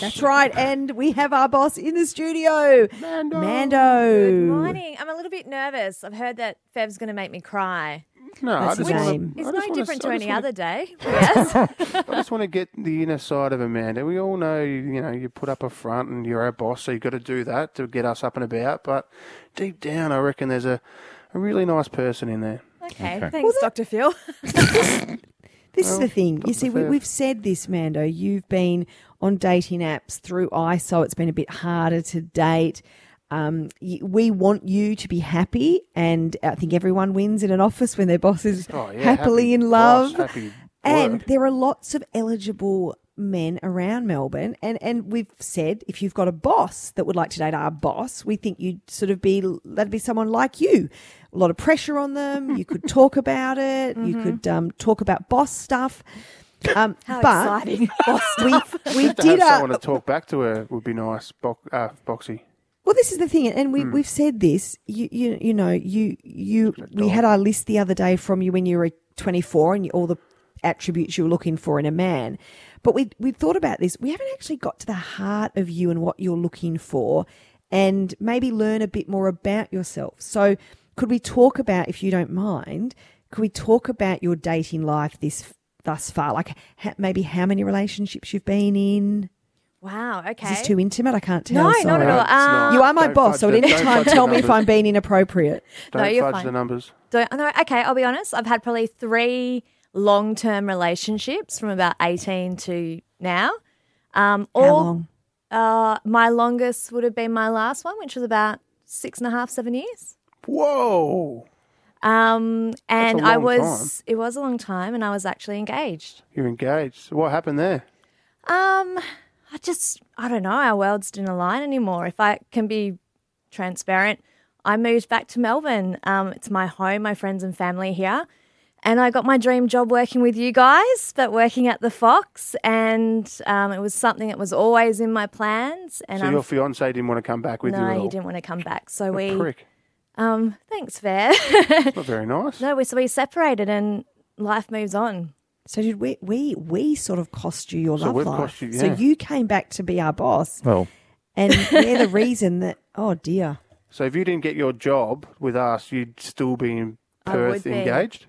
That's right. And we have our boss in the studio, Mando. Mando. Good morning. I'm a little bit nervous. I've heard that Fev's going to make me cry. No, That's the I just wanna- game. I It's just no wanna- different I to just any wanna- other day. Yes. I just want to get the inner side of Amanda. We all know, you know, you put up a front and you're our boss, so you've got to do that to get us up and about. But deep down, I reckon there's a, a really nice person in there. Okay. Thanks, Well, that- Dr. Phil. This is the thing. You the see, we, fair. we've said this, Mando. You've been on dating apps through ISO. It's been a bit harder to date. Um, y- we want you to be happy, and I think everyone wins in an office when their boss is Oh, yeah, happily happy in boss, love. happy and work. there are lots of eligible men around Melbourne, and and we've said if you've got a boss that would like to date our boss, we think you'd sort of be that'd be someone like you. A lot of pressure on them. You could talk about it. Mm-hmm. You could um, talk about boss stuff. Um, How but exciting. we we To have did a, someone to talk back to her would be nice, Bo- uh, Boxy. well, this is the thing, and we, we've said this. You, you, you know, you, you. We had our list the other day from you when you were 24, and you, all the attributes you were looking for in a man. But we we thought about this. We haven't actually got to the heart of you and what you're looking for, and maybe learn a bit more about yourself. So, could we talk about, if you don't mind, could we talk about your dating life this thus far? Like, ha- maybe how many relationships you've been in? Wow. Okay. Is this too intimate? I can't tell. no, not sorry. at all. It's not. Um, uh, You are my Don't boss, fudge so at the- any don't time fudge the tell me if numbers. I'm being inappropriate. Don't you're fudge fine. the numbers. Don't, no, okay, I'll be honest. I've had probably three long term relationships from about 18 to now. Um, all, How long? Uh, my longest would have been my last one, which was about six and a half, seven years. Whoa! Um, and a I long was, it was a long time, and I was actually engaged. You're engaged. So What happened there? Um, I just, I don't know. Our worlds didn't align anymore. If I can be transparent, I moved back to Melbourne. Um, it's my home, my friends and family here. And I got my dream job working with you guys, but working at the Fox. And um, it was something that was always in my plans. And So I'm, your fiance didn't want to come back with you at no, all. he didn't want to come back. So What a we, prick. um, thanks, Fair. Not very nice. no, we, so we separated and life moves on. So did we? We we sort of cost you your So love we've life. cost you, So yeah. you came back to be our boss, Well, and we're the reason that. Oh dear. So if you didn't get your job with us, you'd still be in I would Perth be. engaged.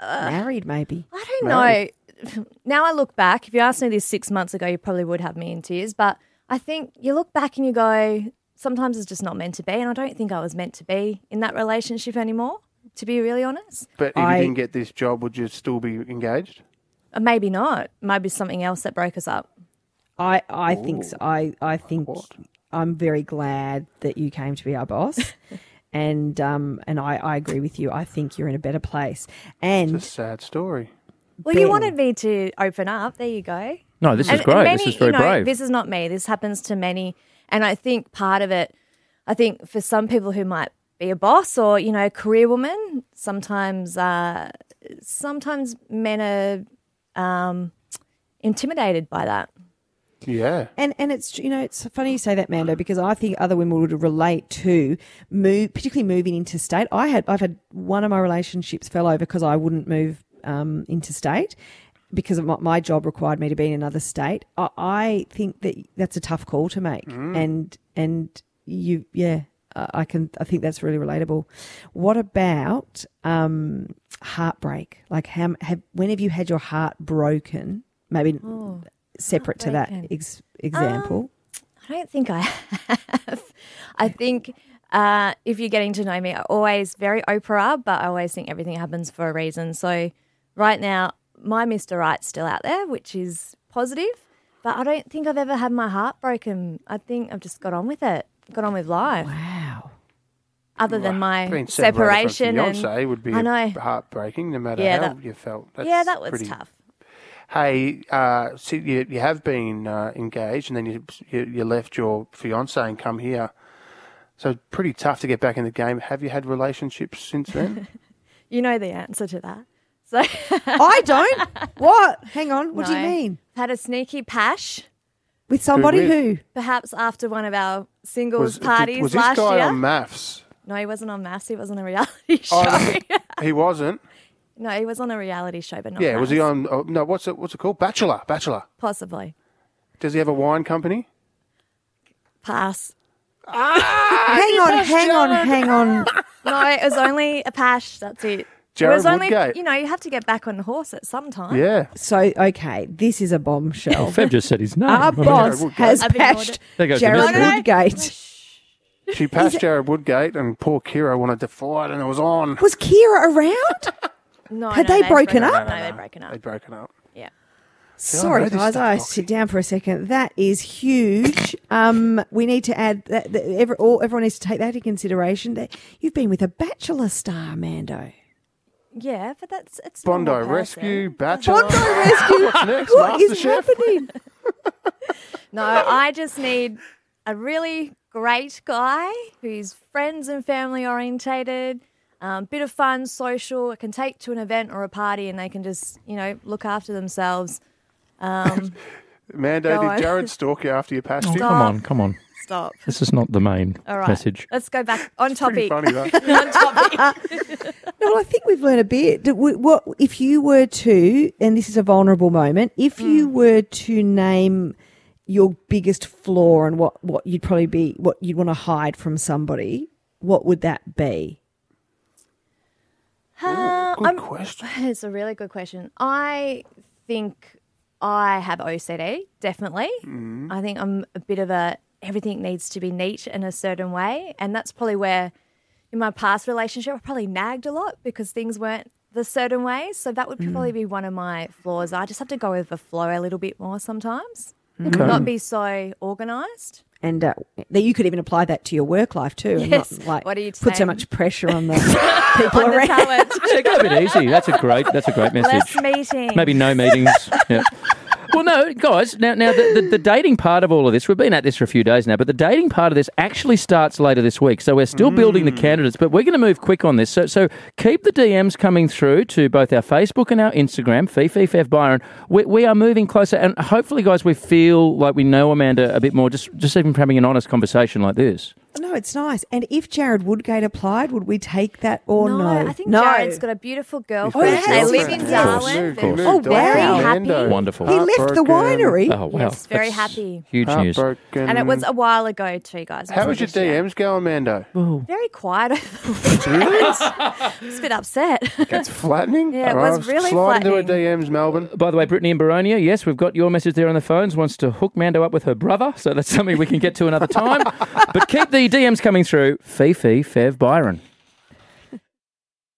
Uh, Married, maybe. I don't Maybe. know. Now I look back, if you asked me this six months ago, you probably would have me in tears. But I think you look back and you go, sometimes it's just not meant to be. And I don't think I was meant to be in that relationship anymore, to be really honest. But if I- you didn't get this job, would you still be engaged? Or maybe not. Might be something else that broke us up. I I think so. I I think I'm very glad that you came to be our boss, and um and I I agree with you. I think you're in a better place. And It's a sad story. Well, you Ben. wanted me to open up. There you go. no, this is And- great. and this many- is very you know, brave. This is not me. This happens to many, and I think part of it. I think for some people who might be a boss or you know a career woman, sometimes uh, sometimes men are um, intimidated by that. Yeah. And and it's you know it's funny you say that, Mando, because I think other women would relate to move, particularly moving interstate. I had I've had one of my relationships fell over because I wouldn't move um, interstate because of my, my job required me to be in another state. I, I think that that's a tough call to make, and and you yeah. I I can. I think that's really relatable. What about um, heartbreak? Like, how have, when have you had your heart broken? Maybe separate to that Heartbreaking. ex- example. I don't think I have. I think uh, if you're getting to know me, I always very Oprah, but I always think everything happens for a reason. So right now, my Mr. Right's still out there, which is positive, but I don't think I've ever had my heart broken. I think I've just got on with it, got on with life. wow. Other than my Being separated separation from and fiance would be I know. heartbreaking, no matter Yeah, how that- you felt. That's yeah, that was pretty- tough. Hey, uh, so you, you have been uh, engaged, and then you, you you left your fiance and come here. So it's pretty tough to get back in the game. Have you had relationships since then? You know the answer to that. So I don't. what? Hang on. What do you No. mean? had a sneaky pash, With somebody Who who? with? perhaps after one of our singles did- parties was this last guy year. on maths? No, he wasn't on Mass. He was on a reality show. Oh, he wasn't. no, he was on a reality show, but not Yeah, was he oh, Mass. on? Oh, no, what's it? What's it called? Bachelor. Bachelor. Possibly. Does he have a wine company? Pass. hang on, hang on, hang on. No, it was only a pash. That's it. Jared it was only, Woodgate. you know, you have to get back on the horse at some time. Yeah. So, okay, this is a bombshell. Fev just said his name. I Ah, Our mean, boss Woodgate. has I've ignored bashed it. There goes the Gerald mystery. Woodgate. She passed Jared Woodgate, and poor Kira wanted to fight, and it was on. Was Kira around? No, Had no, they they'd broken up? No, they'd broken They'd up. broken up. Yeah. I Sorry, know this guys, stuff, I Roxy. sit down for a second. That is huge. Um, we need to add that, that every, all, everyone needs to take that into consideration. That you've been with a bachelor star, Mando. Yeah, but that's it's a Bondo normal person. Rescue, Bachelor. Bondo Rescue. What's next? What is MasterChef? happening? No, I just need a really great guy who's friends and family orientated, um, bit of fun, social. I can take to an event or a party, and they can just you know look after themselves. Um, Mando, Go on. did Jared stalk you after you passed him? Come on, come on. stop. This is not the main All right, message. let's go back on Pretty topic. funny, that. on topic. No, I think we've learned a bit. Do we- What if you were to, and this is a vulnerable moment, if Mm. you were to name your biggest flaw and what, what you'd probably be, what you'd want to hide from somebody, what would that be? Uh, Good I'm- question. It's a really good question. I think I have OCD, definitely. Mm. I think I'm a bit of a everything needs to be neat in a certain way. And that's probably where in my past relationship I probably nagged a lot because things weren't the certain way. So that Mm. would probably be one of my flaws. I just have to go with the flow a little bit more sometimes. Mm. Not be so organized. And uh, that you could even apply that to your work life too, and Yes. not like What are you put so saying? much pressure on the people On the around. talent. Yeah, go a bit easy. That's a great. That's a great Less message. meetings. Maybe no meetings. Yeah. Well, no, guys. Now, now the, the, the dating part of all of this, we've been at this for a few days now, but the dating part of this actually starts later this week. So we're still building the candidates, but we're going to move quick on this. So, so keep the DMs coming through to both our Facebook and our Instagram, Fifi Fev Byron. We, we are moving closer, and hopefully, guys, we feel like we know Amanda a bit more. Just, just even from having an honest conversation like this. No, it's nice. And if Jared Woodgate applied, would we take that or Oh, no? I think Jared's got a beautiful girlfriend. got a they girlfriend. live in Of course. Darwin. He moved Oh, on from wow. Mando. Wonderful. he left the Heartbroken. winery. Oh wow! Yes, very That's happy. Huge news. Heartbroken. And it was a while ago too, guys. It How wasn't was your just yet. DMs going, Mando? Very quiet over the weekend. I was a bit upset. It's flattening. Yeah, it Alright, was really slide into flattening. her DMs, Melbourne. By the way, Brittany and Baronia, yes, we've got your message there on the phones. Wants to hook Mando up with her brother, so that's something we can get to another time. but keep the DMs coming through. Fifi, Fev, Byron.